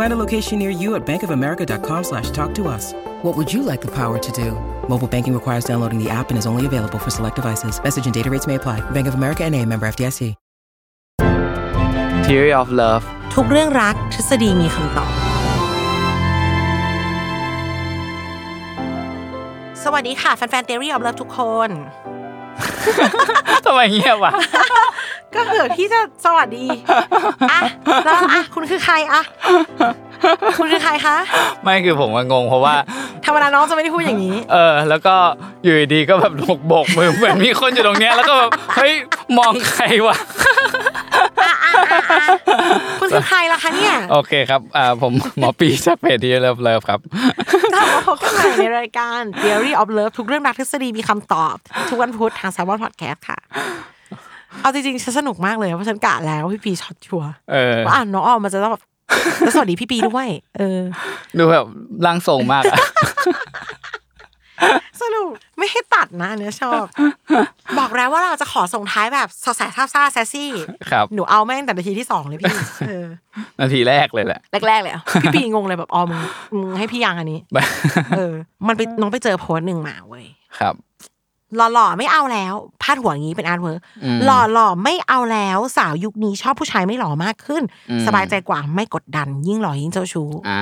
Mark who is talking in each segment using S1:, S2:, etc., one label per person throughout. S1: Find a location near you at bankofamerica.com slash talk to us. What would you like the power to do? Mobile banking requires downloading the app and is only available for select devices. Message and data rates may apply. Bank of America and a member FDIC.
S2: Theory of Love
S3: ทุกเรื่องรักทฤษฎีมีคำตอบ สวัสดีค่ะ แฟนๆ Theory of Love ทุกคน
S2: ทำไมเงียบวะ
S3: ก็เกิดที่จะสวัสดี อ่ะ แล้วอ่ะ คุณคือใครอ่ะ คุณคือใครคะ
S2: ไม่คือผมก็งงเพราะว่า
S3: ธรรมดาน้องจะไม่ได้พูดอย่างนี้
S2: เออ แล้วก็อยู่ดีๆก็แบบโบกโบกมือเหมือนมีคนอยู่ตรงเนี้ยแล้วก็แบบเฮ้ยมองใครวะ
S3: คุณคือใครล่ะคะเนี่ย
S2: โอเคครับอ่าผม หมอปีจากเพจที่เลิฟเลิฟครับ
S3: ถ้ามาพบกันใหม่ในรายการ Theory of Love ทุกเรื่องรักทฤษฎีมีคำตอบ ทุกวันพุธทาง s ซ l m o n Podcast ค่ะ เอาจริงๆฉันสนุกมากเลยเพราะฉันกะแล้วพี่ปีช็อตชัวร์
S2: เออ
S3: ว่าอ่านน้องออมมันจะต้องแบบ แล้วสวัสดีพี่ปีด้วยเออ
S2: ดูแบบร่างทรงมากอะ
S3: สรุปไม่ให้ตัดนะอันเนี่ยชอบ บอกแล้วว่าเราจะขอส่งท้ายแบบสดใสซาบซ่าแซซี่
S2: ครับ
S3: หนูเอาแม่งแต่นาทีที่สองเลยพี่เออ
S2: นาทีแรกเลยแหละ
S3: แรกๆเลยอะพี่ปีงงเลยแบบออมมึงมึงให้พี่ยังอันนี้ เออ มันไปน้องไปเจอโพสต์หนึ่งมาเว้ย
S2: ครับ
S3: หล่อๆไม่เอาแล้วพาดหัวอย่างงี้เป็นอาร์ตเวิร์ก
S2: อืม
S3: หล่อๆไม่เอาแล้วสาวยุคนี้ชอบผู้ชายไม่หล่อมากขึ้น
S2: อืม
S3: สบายใจกว่าไม่กดดัน ยิ่งหล่อยิ่งเจ้าชู้
S2: อ่า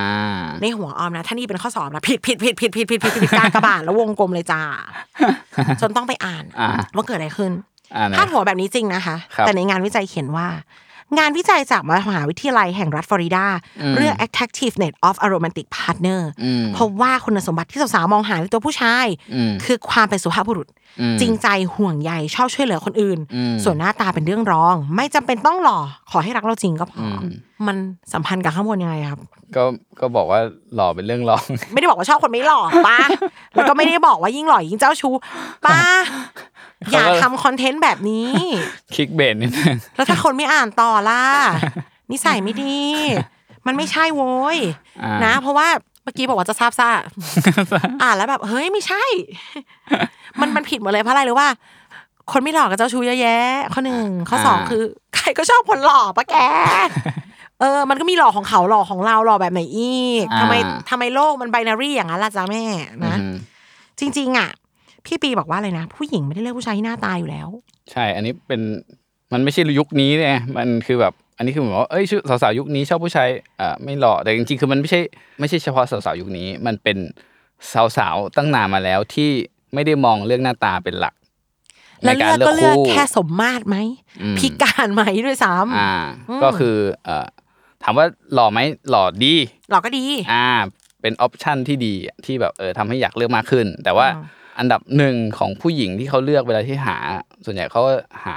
S3: ในหัวออมนะถ้านี่เป็นข้อสอบนะผิดผิดผิดผิดผิดผิดผิดผิดกากระบาดแล้ววงกลมเลย จ้าจนต้องไปอ่าน
S2: อ่า
S3: ว่าเกิดอะไรขึ้น
S2: อ่านะ
S3: พาดหัวแบบนี้จริงนะคะ
S2: ครับ
S3: แต่ในงานวิจัยเขียนว่า งานวิจัยจากมหาวิทยาลัยแห่งรัฐฟลอริดา
S2: อืม
S3: เรื่อง attractiveness of a romantic partner
S2: อืม
S3: พบว่าคุณสมบัติที่สาวๆมองหาในตัวผู้ชาย
S2: อืม
S3: คือความเป็นสุภาพบุรุษ
S2: อืม
S3: จริงใจห่วงใยชอบช่วยเหลือคนอื่น
S2: อืม
S3: ส่วนหน้าตาเป็นเรื่องรอง ไม่จำเป็นต้องหล่อขอให้รักเราจริงก็พออ
S2: ม
S3: มันสัมพันธ์กับข้างบนยังไงครับ
S2: ก็ก็บอกว่าหล่อเป็นเรื่องร อง
S3: ไม่ได้บอกว่าชอบคนไม่หล่อป้า แล้วก็ไม่ได้บอกว่ายิ่งหล่อยิ่งเจ้าชู้ ป้า อย่าทำคอนเทนต์แบบนี้
S2: คลิกเบนนิดนึง
S3: แล้วถ้าคนไม่อ่านต่อล่ะ นิสัยไม่ดี มันไม่ใช่โว้ย
S2: อ่า
S3: นะ เพราะว่าเมื่อกี้บอกว่าจะซาบซ่า อ่านแล้วแบบ เฮ้ยไม่ใช่ มันมันผิดหมดเลยเพราะอะไรรู้ว่า คนไม่หล่อกับเจ้าชู้เยอะแยะ ข้อหนึ่งข้อสอง
S2: อ่า
S3: คือ ใครก็ชอบคนหล่อ ปะแก เออ มันก็มีหล่อของเขาหล่อของเราหล่อแบบไหนอีกทำไมทำไมโลกมันไบนารี่อย่างนั้นล่ะจ้าแม่นะ
S2: อืม
S3: จริงๆอ่ะ พี่ปีบอกว่าอะไรนะ ผู้หญิงไม่ได้เลือกผู้ชายที่หน้าตาอยู่แล้ว
S2: ใช่ อันนี้เป็นมันไม่ใช่ยุคนี้เนี่ยมันคือแบบ อันนี้คือเหมือนว่าเอ้ยชื่อสาวๆยุคนี้ชอบผู้ชายอ่าไม่หล่อแต่จริงๆคือมันไม่ใช่ไม่ใช่เฉพาะสาวๆยุคนี้ มันเป็นสาวๆตั้งนานมาแล้วที่ไม่ได้มองเรื่องหน้าตาเป็นหลัก
S3: แล้วเลือกก็เลือกแค่สมมาตรไหม
S2: อืม
S3: พิการไหมด้วยซ้
S2: อ่า ก็คือเอ่อถามว่าหล่อไหมหล่อดี
S3: ำหล่อก็ดี
S2: อ่าเป็นออปชันที่ดีที่แบบเออทำให้อยากเลือกมากขึ้น แต่ว่าอันดับหนึ่งของผู้หญิงที่เขาเลือกเวลาที่หา ส่วนใหญ่เขาหา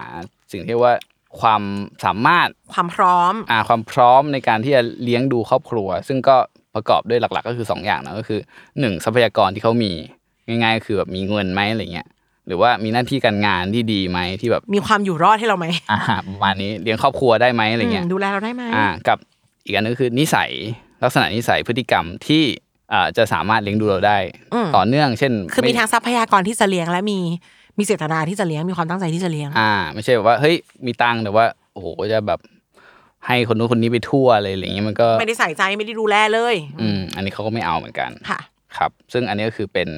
S2: สิ่งที่เรียกว่าความสามารถ
S3: ความพร้อม
S2: อ่าความพร้อมในการที่จะเลี้ยงดูครอบครัว ซึ่งก็ประกอบด้วยหลักๆ ก็คือ 2 อย่างนะก็คือ 1 ทรัพยากรที่เขามีง่ายๆก็คือแบบมีเงินไหมอะไรเงี้ยหรือว่ามีหน้าที่การงานที่ดีไหมที่แบบ
S3: มีความอยู่รอดให้เราไหม
S2: อ่าประมาณนี้เลี้ยงครอบครัวได้ไหมอะไรเงี้ย
S3: อืมดูแลเราได้ไหม
S2: อ่ากับอีกอันนึงคือนิสัยลักษณะนิสัยพฤติกรรมที่อ่าจะสามารถเลี้ยงดูเราได้
S3: อืม
S2: ต่อเนื่อง เช่น
S3: คือมี
S2: ไ
S3: ทางทรัพยากรที่จะเลี้ยงและมีมีเจตนาที่จะเลี้ยงมีความตั้งใจที่จะเลี้ยง
S2: อ่า ไม่ใช่แบบว่าเฮ้ยมีตังค์แต่ว่าโอ้โหจะแบบให้คนนู้นคนนี้ไปทั่วอะไรอย่างเงี้ยมันก็
S3: ไม่ได้ใส่ใจไม่ได้ดูแลเลย
S2: อืมอันนี้เขาก็ไม่เอาเหมือนกัน
S3: ค่ะ
S2: ครับ ซึ่งอันนี้ก็คือเป็น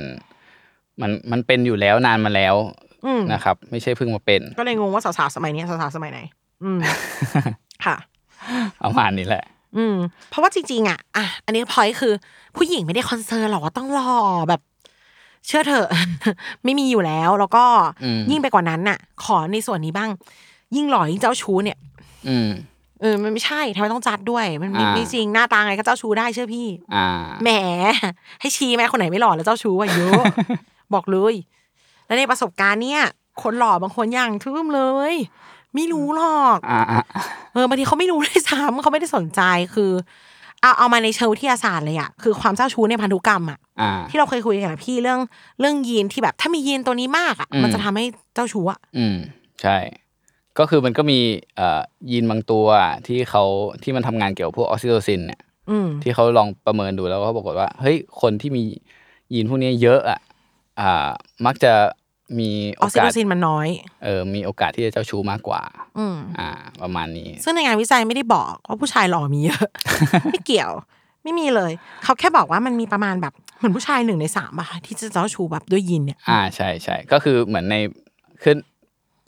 S2: มันมันเป็นอยู่แล้วนานมาแล้ว
S3: อืม
S2: นะครับ ไม่ใช่เพิ่งมา เป็น
S3: ก็เลยงงว่าสาวๆสมัยเนี้ยสาวๆสมัยไหน อืมค่ะ
S2: ประมาณนี้แหละ
S3: อืมเพราะว่าจริงๆอ่ะอ่ะ อันนี้พอยคือ ผู้หญิงไม่ได้คอนเซิร์นหรอกว่าต้องหล่อแบบ เชื่อเถอะ ไม่มีอยู่แล้ว แล้วก็
S2: อืม
S3: ยิ่งไปกว่านั้นน่ะ ขอในส่วนนี้บ้าง ยิ่งหล่อยิ่งเจ้าชู้เนี่ย
S2: อืม
S3: เออมันไม่ใช่ทำไมต้องจัดด้วย มันไม่
S2: อ่า
S3: ไม่จริงหน้าตาไงก็เจ้าชู้ได้เชื่อพี่
S2: อ่า
S3: แหม ให้ชี้ไหมคนไหนไม่หล่อแล้วเจ้าชู้อ่ะ เยอะ บอกเลย แล้วในประสบการณ์เนี่ย คนหล่อบางคนอย่างทึ่มเลย ไม่รู้หรอก
S2: อ่าอ่า
S3: เออบางทีเขาไม่รู้ด้วยซ้ำเขาไม่ได้สนใจคือเอาเอามาในเชิงวิทยาศาสตร์เลยอะคือความเจ้าชู้ในพันธุกรรมอะ
S2: อ่า
S3: ที่เราเคยคุยกันอะพี่เรื่องเรื่องยีนที่แบบถ้ามียีนตัวนี้มากอะ
S2: อืม
S3: มันจะทำให้เจ้าชู้อะ
S2: อืม ใช่ ก็คือมันก็มีเอ่อยีนบางตัวที่เขาที่มันทำงานเกี่ยวกับพวกออกซิโทซินเนี่ย
S3: อืม
S2: ที่เขาลองประเมินดูแล้วก็ปรากฏว่า เฮ้ย คนที่มียีนพวกนี้เยอะอ่ะอ่า มักจะมี
S3: อ
S2: โอ
S3: อกซิ
S2: กา
S3: โท
S2: ส
S3: ซินมันน้อย
S2: เออมีโอกาสที่จะเจ้าชู้มากกว่า
S3: อืม
S2: อ่า ประมาณนี้
S3: ซึ่งในงานวิจัยไม่ได้บอกว่าผู้ชายหล่อมีเยอะ ไม่เกี่ยว ไม่มีเลย เขาแค่บอกว่ามันมีประมาณแบบเหมือนผู้ชายหนึ่งในสามอะค่ะที่จะเจ้าชู้แบบด้วยยีนเนี่ย
S2: อ่าใช่ใช่ก็คือเหมือนในคือ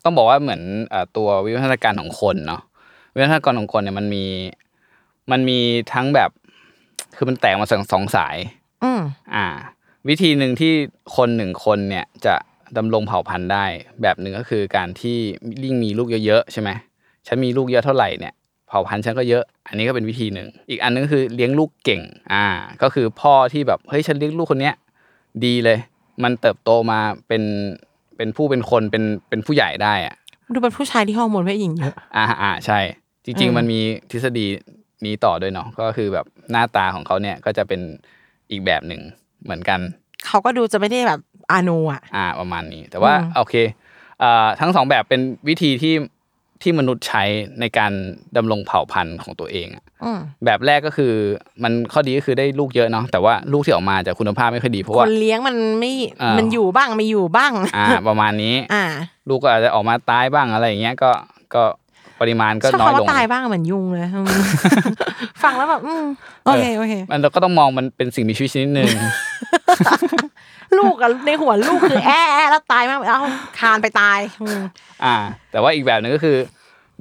S2: ต้องบอกว่าเหมือนอ่าตัววิวัฒนาการของคนเนาะวิวัฒนาการของคนเนี่ยมันมีมันมีทั้งแบบ คือมันแตกมาสองสองสาย
S3: อืม
S2: อ่า วิธีหนึ่งที่คนหนึ่งคนเนี่ยจะดำรงเผ่าพันธุ์ได้ แบบหนึ่งก็คือการที่ยิ่งมีลูกเยอะๆใช่ไหมฉันมีลูกเยอะเท่าไหร่เนี่ยเผ่าพันธุ์ฉันก็เยอะ อันนี้ก็เป็นวิธีหนึ่งอีกอันนึงก็คือเลี้ยงลูกเก่ง อ่า ก็คือพ่อที่แบบเฮ้ยฉันเลี้ยงลูกคนเนี้ยดีเลย มันเติบโตมาเป็นเป็นผู้เป็นคนเป็นเป็นผู้ใหญ่ได้อ่ะ
S3: ดูเป็นผู้ชายที่ฮอร์โมนเพศหญิงเยอะ
S2: อ่าอ่าใช่ จริง
S3: อืม
S2: ๆ มันมีทฤษฎีนี้ต่อด้วยเนาะก็คือแบบหน้าตาของเขาเนี่ยก็จะเป็นอีกแบบหนึ่งเหมือนกัน
S3: เขาก็ดูจะไม่ได้แบบอาโนอะ
S2: อ่าประมาณนี้ แต่ว่า
S3: อืม
S2: โอเคอ่าทั้งสองแบบเป็นวิธีที่ที่มนุษย์ใช้ในการดำรงเผ่าพันธุ์ของตัวเองอะ
S3: อืม
S2: แบบแรกก็คือมันข้อดีก็คือได้ลูกเยอะเนาะแต่ว่าลูกที่ออกมาจะคุณภาพไม่ค่อยดีเพราะ
S3: ค
S2: ว่า
S3: นเลี้ยงมันไม่
S2: อ่ามั
S3: มันอยู่บ้างไม่อยู่บ้าง
S2: อ่าประมาณนี้
S3: อ่า
S2: ลูกก็อาจจะออกมาตายบ้างอะไรอย่างเงี้ยก็ก็ปริมาณก็
S3: ชอบ
S2: น้อยล
S3: คำ
S2: ง
S3: ว่าตายบ้างเหมือนยุงเลยอื ม ฟังแล้วแบบอืมโอเคโอเค
S2: มันเราก็ต้องมองมันเป็นสิ่งมีชีวิตชนิดหนึ่ง
S3: ลูกอะในหัวลูกคือแอะแอะแล้วตายมากเอ้าคานไปตายอืม
S2: อ่า แต่ว่าอีกแบบหนึ่งก็คือ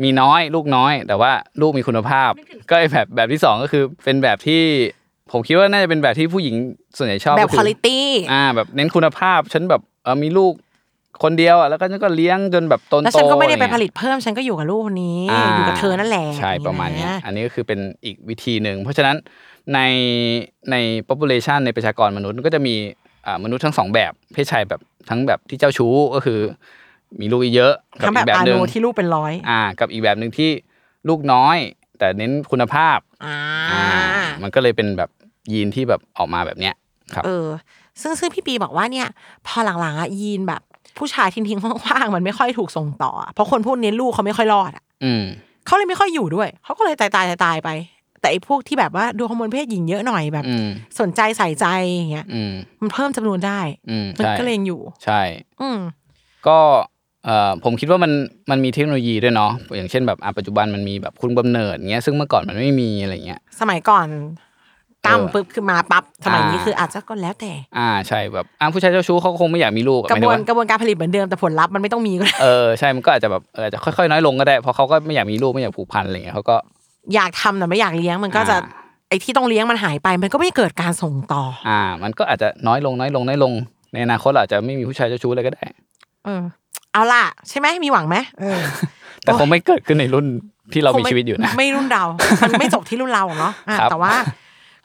S2: มีน้อยลูกน้อย แต่ว่าลูกมีคุณภาพ ก็ไอ้แบบแบบที่สองก็คือ เป็นแบบที่ผมคิดว่าน่าจะเป็นแบบที่ผู้หญิงส่วนใหญ่ชอบ
S3: แบบ
S2: ก็อ
S3: คุณ i t y
S2: อ่า แบบเน้นคุณภาพ ฉันแบบเออมีลูกคนเดียวอ่ะแล้วก็ฉันก็เลี้ยงจนแบบโตนโต
S3: แล้วฉันก็ไม่ได้ไป
S2: อะรเงี้ย
S3: ผลิตเพิ่ม ฉันก็อยู่กับลูกคนนี้
S2: า
S3: อยู่กับเธอนั่นแหละ
S2: ใช่
S3: อย่ง
S2: ประมาณเนี้ย
S3: นะ
S2: อันนี้ก็คือเป็นอีกวิธีหนึ่งเพราะฉะนั้นในใน population ในประชากรมนุษย์ก็จะมีอ่ามนุษย์ทั้งสองแบบเพศชายแบบทั้งแบบที่เจ้าชู้ก็คือ มีลูกเยอะๆกับ
S3: ทำแบ
S2: อี
S3: บ
S2: กแบบ
S3: อา
S2: ห
S3: โน
S2: นึ่ง
S3: ที่ลูกเป็นร้อย
S2: อ่ากับอีกแบบหนึ่งที่ลูกน้อย แต่เน้นคุณภาพ
S3: อ่า
S2: มันก็เลยเป็นแบบยีนที่แบบออกมาแบบเนี้ยครับ
S3: เออ ซึ่งซึ่งพี่ปีบอกว่าเนี่ย พอหลังๆอ่ะยีนแบบผู้ชายทิ้งทิ้งๆว่างๆมันไม่ค่อยถูกส่งต่อ เพราะคนพวกนี้ลูกเขาไม่ค่อยรอดอ่ะ
S2: อืม
S3: เขาเลยไม่ค่อยอยู่ด้วย เขาก็เลยตายตายตายๆไป แต่ไอ้พวกที่แบบว่าดูฮอร์โมนเพศหญิงเยอะหน่อยแบบ
S2: อืม
S3: สนใจใส่ใจอย่างเงี้ย
S2: อืม
S3: มันเพิ่มจำนวนได้
S2: อืม
S3: มัน
S2: ใช่
S3: ก็เลยยังอยู่
S2: ใช่
S3: อืม
S2: ก็เอ่อผมคิดว่ามันมันมีเทคโนโลยีด้วยเนาะอย่างเช่นแบบอ่ะปัจจุบันมันมีแบบคุณบำเนิดเงี้ยซึ่งเมื่อก่อนมันไม่มีอะไรเงี้ย
S3: สมัยก่อนตั้ม
S2: เออ
S3: ปุ๊บขึ้นมาปั๊บสมัยนี้
S2: อ่า
S3: คืออาจจะก็แล้วแต่
S2: อ่าใช่แบบอ่ะผู้ชายเจ้าชู้เขาก็คงไม่อยากมีลูกอะ
S3: ก
S2: หมา
S3: ระ
S2: ย
S3: บ
S2: ถึง
S3: วน
S2: ว่า
S3: กระบวนการผลิตเหมือนเดิมแต่ผลลัพธ์มันไม่ต้องมีก็ได้
S2: เออใช่มันก็อาจจะแบบเอออาจจะค่อยๆ น้อยลงก็ได้เพราะเขาก็ไม่อยากมีลูกไม่อยากผูกพันอะไรเงี้ยเขาก็
S3: อยากทำแต่ไม่อยากเลี้ยงมันก็จะ
S2: อ่า
S3: ไอ้ที่ต้องเลี้ยงมันหายไป มันก็ไม่เกิดการส่งต่อ
S2: อ่า มันก็อาจจะน้อยลงน้อยลงน้อยลง ในอนาคตเราอาจจะไม่มีผู้ชายเจ้าชู้เลยก็ได้
S3: เออ เอาล่ะ ใช่ไหมมีหวังไหมเออ
S2: แต่คงไม่เกิดขึ้นในรุ่นที่เรา
S3: คง
S2: มี
S3: ไ
S2: ชีวิตอยู่นะ
S3: ไม่ รุ่นเรา มันไม่จบที่รุ่นเราเนาะอ่ะ
S2: ครับ
S3: แต่ว่า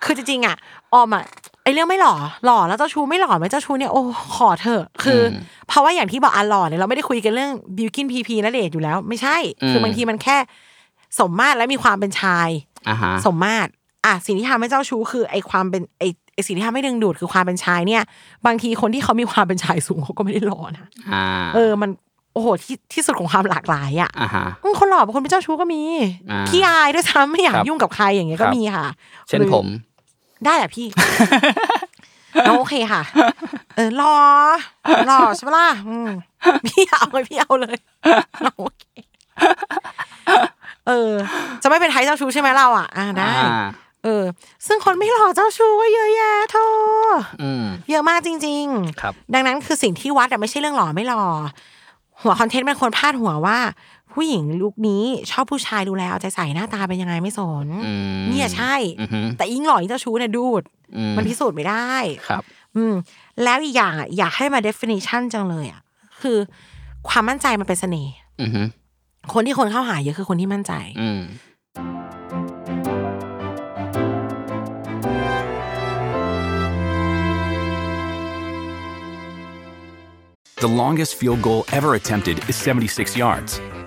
S3: คือจริงๆอ่ะออมอ่ะไอ้เรื่องไม่หล่อหล่อแล้วเจ้าชู้ไม่หล่อไหมเจ้าชู้เนี่ยโอ้ขอเถอะคืออเพราะว่าอย่างที่บอกอันหล่อเนี่ยเราไม่ได้คุยกันเรื่องบิวกินพีพีนะเดชน์อยู่แล้ว ไม่ใช่ คือบางทีมันแค่ สมมาตรและมีความเป็นชาย
S2: อ่าฮะ
S3: สมมาตรอ่ะสิ่งที่ทำให้เจ้าชู้คือไอความเป็นไอไอสิ่งที่ทำให้ดึงดูดคือความเป็นชายเนี่ย บางทีคนที่เขามีความเป็นชายสูงเขาก็ไม่ได้หล่อนะ
S2: อ่า
S3: เออมันโอ้โหที่ที่สุดของความหลากหลายอ่ะ
S2: อ่าฮะ
S3: อืมคนหล่อบางคนเป็นเจ้าชู้ก็มี
S2: อ่า
S3: ขี้อายด้วยซ้ำไม่อยาก
S2: ครับ
S3: ยุ่งกับใครอย่างเงี้ย
S2: ครั
S3: ก็
S2: บ
S3: มีค่ะ
S2: เช่น
S3: หรือ
S2: ผม
S3: ได้แหละ พี่ น้องโอเคค่ะ เออหล่อหล่อใช่ปะล่ะอืมพี่เอาเลยพี่เอาเลยน้องโอเคเออ จะไม่เป็นไทยเจ้าชู้ใช่ไหมเราอ่ะอ่าได้
S2: อ่า
S3: เออ ซึ่งคนไม่หล่อเจ้าชู้ก็เยอะแยะเธอ
S2: อืม
S3: เยอะมากจริง ๆ
S2: ครับ
S3: ดังนั้นคือสิ่งที่วัดอะไม่ใช่เรื่องหล่อไม่หล่อ หัวคอนเทนต์มันควรพาดหัวว่า ผู้หญิงลุคนี้ชอบผู้ชายดูแลเอาใจใส่หน้าตาเป็นยังไงไม่สน
S2: อืม
S3: เนี่ยใช่
S2: อือฮึ
S3: แต่ยิ่งหล่อยิ่งเจ้าชู้เนี่ยดูด
S2: อื
S3: มันพิสูจน์ไม่ได้
S2: ครับ
S3: อืม แล้วอีกอย่างอ่ะอยากให้มา definition จังเลยอ่ะคือ ความมั่นใจมันเป็นเสน่ห์
S2: อือหือ
S3: คนที่คนเข้าหาเยอะคือคนที่มั่นใจ
S2: อืม
S4: The longest field goal ever attempted is 76 yards.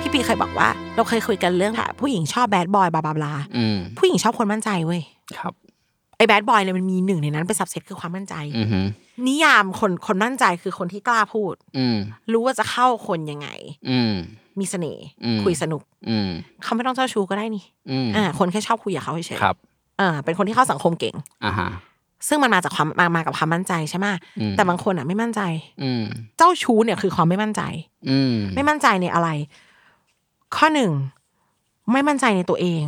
S3: พี่ปีเคยบอกว่า เราเคยคุยกันเรื่องค่ะ ผู้หญิงชอบแบดบอยบลาบลาบลา
S2: อืม
S3: ผู้หญิงชอบคนมั่นใจเว้ย
S2: ครับ
S3: ไอ้แบดบอยเนี่ยมันมีหนึ่งในนั้นเป็นสับเซตคือความมั่นใจ
S2: อือหือ
S3: นิยามคนคนมั่นใจคือคนที่กล้าพูด
S2: อืม
S3: รู้ว่าจะเข้าคนยังไง
S2: อืม
S3: มีเสน่ห์
S2: อืม
S3: คุยสนุก
S2: อืม
S3: เขาไม่ต้องเจ้าชู้ก็ได้นี่
S2: อืม
S3: อ่าคนแค่ชอบคุยกับเขาเฉย
S2: ครับ
S3: ๆอ่าเป็นคนที่เข้าสังคมเก่ง
S2: อ่าฮะ
S3: ซึ่งมันมาจากความมามากับความมั่นใจใช่ไหมะ
S2: อืม
S3: แต่บางคนอ่ะไม่มั่นใจ
S2: อืม
S3: เจ้าชู้เนี่ยคือความไม่มั่นใจ
S2: อืม
S3: ไม่มั่นใจในอะไร ข้อหนึ่งไม่มั่นใจในตัวเอง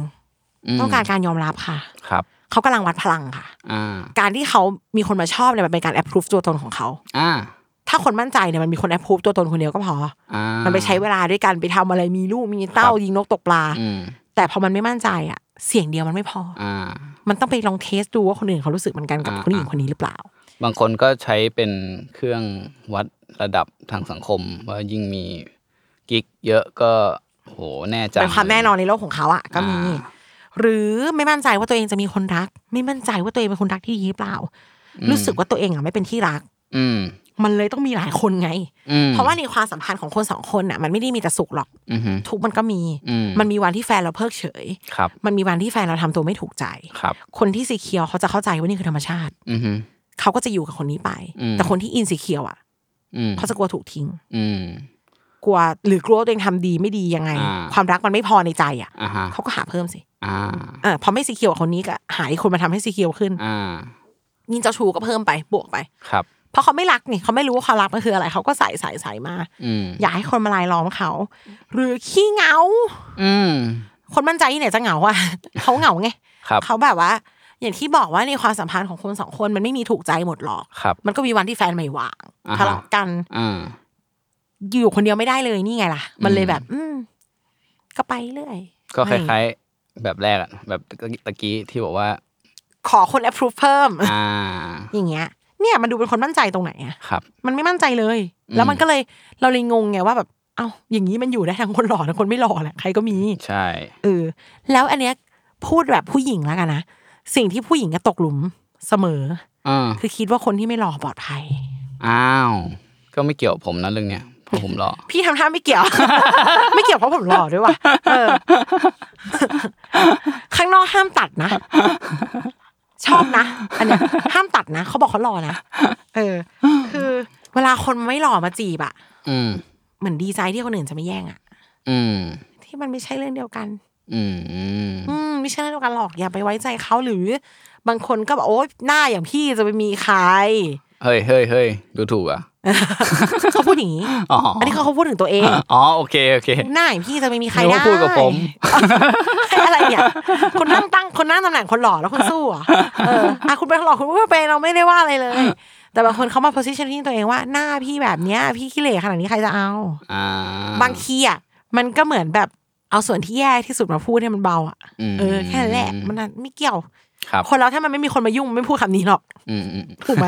S2: ม
S3: ต้องการการยอมรับค่ะ
S2: ครับ
S3: เขากำลังวัดพลังค่ะ
S2: อ่า
S3: การที่เขามีคนมาชอบเนี่ยมันเป็นการแอปพรูฟตัวตนของเขา
S2: อ่า
S3: ถ้าคนมั่นใจเนี่ยมันมีคนแอปพรูฟตัวตนคนเดียวก็พอ
S2: อ่ามั
S3: มันไปใช้เวลาด้วยกันไปทำอะไรมีลูกมีเต้า
S2: ครับ
S3: ยิงนกตกปลา
S2: อืม
S3: แต่พอมันไม่มั่นใจอ่ะ เสียงเดียวมันไม่พออ
S2: อ่า
S3: มันต้องไปลองเทสดูว่าคนอื่นเขารู้สึกเหมือนกันกับ
S2: อ่า
S3: คนหญิงคนนี้หรือเปล่า
S2: บางคนก็ใช้เป็นเครื่องวัดระดับทางสังคม ว่ายิ่งมีกิ๊กเยอะก็โหแน่ใจ
S3: เป็นความแน่นอนในโลกของเขาอ่ะก็มี
S2: อ่า
S3: หรือไม่มั่นใจว่าตัวเองจะมีคนรัก ไม่มั่นใจว่าตัวเองเป็นคนรักที่ดีหรือเปล่า รู้สึกว่าตัวเองอ่ะไม่เป็นที่รัก
S2: อืม
S3: มันเลยต้องมีหลายคนไง
S2: อืม
S3: เพราะว่าในความสัมพันธ์ของคนสองคนน่ะมันไม่ได้มีแต่สุขหรอก
S2: อือหือ
S3: ทุกข์มันก็มี
S2: อืม
S3: มันมีวันที่แฟนเราเพิกเฉย
S2: ครับ
S3: มันมีวันที่แฟนเราทำตัวไม่ถูกใจ
S2: ครับ
S3: คนที่สีเขียวเขาจะเข้าใจว่านี่คือธรรมชาติ
S2: อือหือ
S3: เขาก็จะอยู่กับคนนี้ไป
S2: อืม
S3: แต่คนที่อินสีเขียวอ่ะ
S2: อืม
S3: เขาจะกลัวถูกทิ้ง
S2: อืม
S3: กลัวหรือกลัวว่าตัวเองทำดีไม่ดียังไง
S2: อ่า
S3: ความรักมันไม่พอในใจอ่ะ
S2: อ่าฮะ
S3: เขาก็หาเพิ่มสิ
S2: อ่า
S3: เออพอไม่สีเขียวกับคนนี้ก็หาอีกคนมาทำให้สีเขียวขึ้น
S2: อ่า
S3: ยิ่งเจ้าชูก็เพิ่มไปบวกไป
S2: ครับ
S3: เพราะเขาไม่รักนี่เขาไม่รู้ว่าความรักมันคืออะไร เขาก็ใส่ใส่ใส่มา
S2: อืม
S3: อยากให้คนมาลายล้อมเขา หรือขี้เหงา
S2: อืม
S3: คนมั่นใจที่ไหนจะเหงาอ่ะ เขาเหงาไง
S2: ครับ
S3: เขาแบบว่า อย่างที่บอกว่าในความสัมพันธ์ของคนสองคนมันไม่มีถูกใจหมดหรอก
S2: ครับ
S3: มันก็มีวันที่แฟนไม่ว่าง
S2: อ่าฮะ
S3: ทะเลาะกัน
S2: อ่า
S3: อยู่คนเดียวไม่ได้เลยนี่ไงล่ะ มันเลยแบบ อืมก็ไปเรื่อย
S2: ก็ค
S3: ไม่
S2: ล้ายๆแบบแรกอะแบบตะกี้ที่บอกว่า
S3: ขอคน approve เพิ่ม
S2: อ่า
S3: อย่างเงี้ย เนี่ยมันดูเป็นคนมั่นใจตรงไหนอะ
S2: ครับ
S3: มันไม่มั่นใจเลย แล้วมันก็เลยเราเลยงงไงว่าแบบ เอ้าอย่างนี้มันอยู่ได้ทั้งคนหล่อทั้งคนไม่หล่อแหละใครก็มี
S2: ใช่
S3: เออแล้วอันเนี้ยพูดแบบผู้หญิงแล้วกันนะสิ่งที่ผู้หญิงจะตกหลุมเสมอ
S2: อ่า
S3: คือคิดว่าคนที่ไม่หล่อปลอดภัย
S2: อ้าวก็ไม่เกี่ยวกับผมนะเรื่องเนี้ยเพราะผมหล่อ
S3: พี่ทำท่าไม่เกี่ยว ไม่เกี่ยวเพราะผมหล่อด้วยว่ะเออ ข้างนอกห้ามตัดนะ ชอบนะ อันเนี้ยห้ามตัดนะเขาบอกเขาหล่อนะเออ คือ เวลาคนไม่หล่อมาจีบอะ
S2: อืม
S3: เหมือนดีใจที่คนอื่นจะไม่แย่งอะ
S2: อืม
S3: ที่มันไม่ใช่เรื่องเดียวกัน
S2: อืม
S3: อืมไม่ใช่เรื่องเดียวกันหรอกอย่าไปไว้ใจเขาหรือ บางคนก็บอกโอ๊ยหน้าอย่างพี่จะไปมีใคร
S2: เฮ้ยเฮ้ยเฮ้ยดูถูกอ่ะ
S3: เขาพูดอย่างนี้
S2: อ๋อ
S3: อันนี้เขาเขาพูดถึงตัวเอง
S2: อ๋อ โอเค โอเค
S3: หน้าอย่างพี่จะไม่มีใคร
S2: นึก
S3: ได้
S2: ว่าพูดกับผม
S3: อะไร เนี่ยคนนั่งตั้งคนนั่งตำแหน่งคนหล่อแล้วคนสู้เหรอเอออ่ะคุณเป็นคนหล่อคุณก็เป็นเราไม่ได้ว่าอะไรเลย แต่บางคนเขามา positioning ตัวเองว่าหน้าพี่แบบเนี้ย พี่ขี้เหร่ขนาดนี้ใครจะเอา
S2: อ่า
S3: บางทีอ่ะมันก็เหมือนแบบเอาส่วนที่แย่ที่สุดมาพูดให้มันเบาอ่ะ
S2: ม
S3: เออแค่นั้นแหละมันน่ะไม่เกี่ยว
S2: ครับ
S3: คนเราถ้ามันไม่มีคนมายุ่งมันไม่พูดคำนี้หรอก
S2: อืมอืม
S3: ถูก ไหม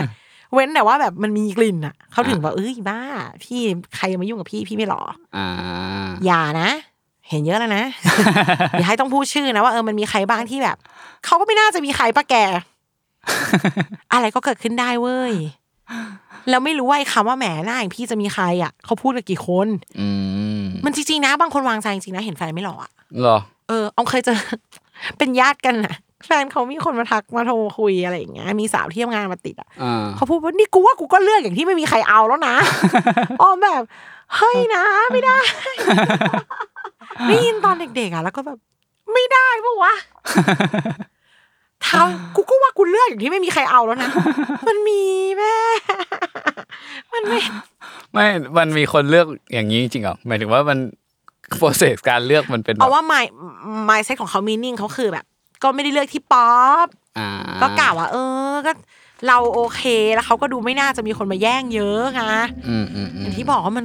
S3: เว้นแต่ว่าแบบมันมีกลิ่นอ่ะเขาถึงบอกเอ้ยบ้า พี่ใครมายุ่งกับพี่พี่ไม่หล่อ
S2: อ่า
S3: อย่านะ เห็นเยอะแล้วนะ อย่าให้ต้องพูดชื่อนะว่าเออมันมีใครบ้างที่แบบเขาก็ไม่น่าจะมีใครปะแก อะไรก็เกิดขึ้นได้เว้ยแล้วไม่รู้ว่าไอ้คำว่าแหมหน้าอย่างพี่จะมีใครอ่ะเขาพูดกับกี่คน
S2: อืม
S3: มันจริงๆนะ บางคนวางใจจริงๆนะ เห็นแฟนไม่หล่ออะ
S2: เหรอ
S3: เออเอาเคยเจอ เป็นญาติกันอะแฟนเขามีคนมาทักมาโทรคุยอะไรอย่างเงี้ยมีสาวที่ทำงานมาติดอะ
S2: อ่า
S3: เขาพูดว่านี่กูว่ากูก็เลือกอย่างที่ไม่มีใครเอาแล้ว นะ ออมแบบเฮ้ยนะไม่ได้ ได้ยินตอนเด็กๆอ่ะแล้วก็แบบ ไม่ได้ปะวะ ทำกูก็ว่ากูเลือกอยู่ที่ไม่มีใครเอาแล้วนะ มันมีแม่ มันไม่
S2: ไม่ มันมีคนเลือกอย่างนี้จริงเหรอหมายถึงว่ามัน process การเลือกมันเป็นแบ
S3: เอา
S2: บ
S3: ว่าไมไมเซ็ตของเขามีนิ่งเขาคือแบบ ก็ไม่ได้เลือกที่ป๊อป
S2: อ่า
S3: ก็กล่าวว่า เออ ก็เราโอเคแล้วเขาก็ดูไม่น่าจะมีคนมาแย่งเยอะนะ
S2: อืมอืมอื
S3: อ
S2: ม
S3: ย่างที่บอกว่ามัน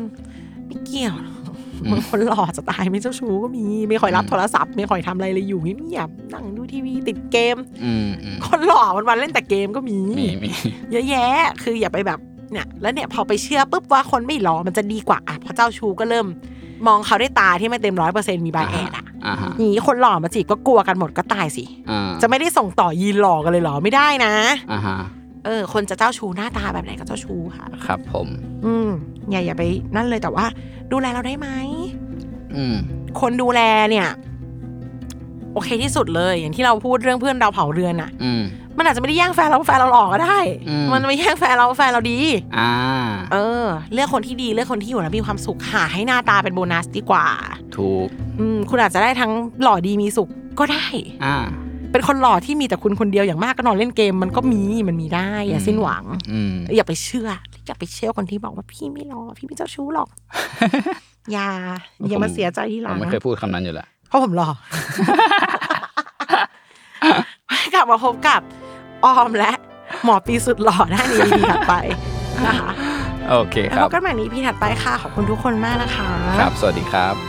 S3: ไม่เกี่ยวบางคนหล่อจะตายไม่เจ้าชู้ก็มีไม่ค่อยรับโทรศัพท์ไม่ค่อยทำอะไรเลยอยู่เงียบๆนั่งดูทีวีติดเกม
S2: อืมอืม
S3: คนหล่อวันวันๆเล่นแต่เกมก็มี
S2: มีมี
S3: เยอะแยะ คืออย่าไปแบบเนี่ย แล้วเนี่ยพอไปเชื่อปุ๊บว่าคนไม่หล่อมันจะดีกว่าอ่ะพอเจ้าชูก็เริ่ม มองเขาด้วยตาที่ไม่เต็มร้อยเปอร์เซ็นต์มีบาแอดอ่ะ
S2: อ่าฮะ
S3: หนีคนหล่อมาจีบก็กลัวกันหมดก็ตายสิ
S2: อ่า
S3: จะไม่ได้ส่งต่อยีนหล่อกันเลยเหรอไม่ได้นะ
S2: อ่าฮะ
S3: เออ คนจะเจ้าชูหน้าตาแบบไหนก็เจ้าชูค่ะ
S2: ครับผม
S3: อืมอย่าอย่าไปนั่นเลยแต่ว่า ดูแลเราได้ไหม
S2: อืม
S3: คนดูแลเนี่ย โอเคที่สุดเลย อย่างที่เราพูดเรื่องเพื่อนเราเผาเรือนอะ
S2: อืม
S3: มันอาจจะไม่ได้แย่งแฟนเราแฟนเราหล่อก็ได้
S2: อืม
S3: มันไม่แย่งแฟนเราแฟนเราดี
S2: อ่า
S3: เออเลือกคนที่ดีเลือกคนที่อยู่แล้วมีความสุขหาให้หน้าตาเป็นโบนัสดีกว่า
S2: ถูก
S3: อืมคุณอาจจะได้ทั้งหล่อดีมีสุขก็ได้
S2: อ่า
S3: เป็นคนหล่อที่มีแต่คุณคนเดียวอย่างมากก็นอนเล่นเกมมันก็มีมันมีได้ อย่า
S2: อืม
S3: สิ้นหวัง
S2: อืม
S3: อย่าไปเชื่อ อย่าไปเชื่อคนที่บอกว่าพี่ไม่หล่อพี่ไม่เจ้าชู้ หรอก อย่าอย่ามาเสียใจทีห
S2: ผ
S3: ลั
S2: ม
S3: ง
S2: ไม่เคยพูดคำนั้นอยู่แล้ว
S3: เพราะผมหล่อ กลับมาพบกับออมและหมอปีสุดหล่อหน้านี้ดีถัดไปนะคะ
S2: โอเค
S3: แล้ว
S2: ครั
S3: พบบ กันใหม่นี้พี่ถัดไปค่ะขอบคุณทุกคนมากนะคะ
S2: ครับ สวัสดีครับ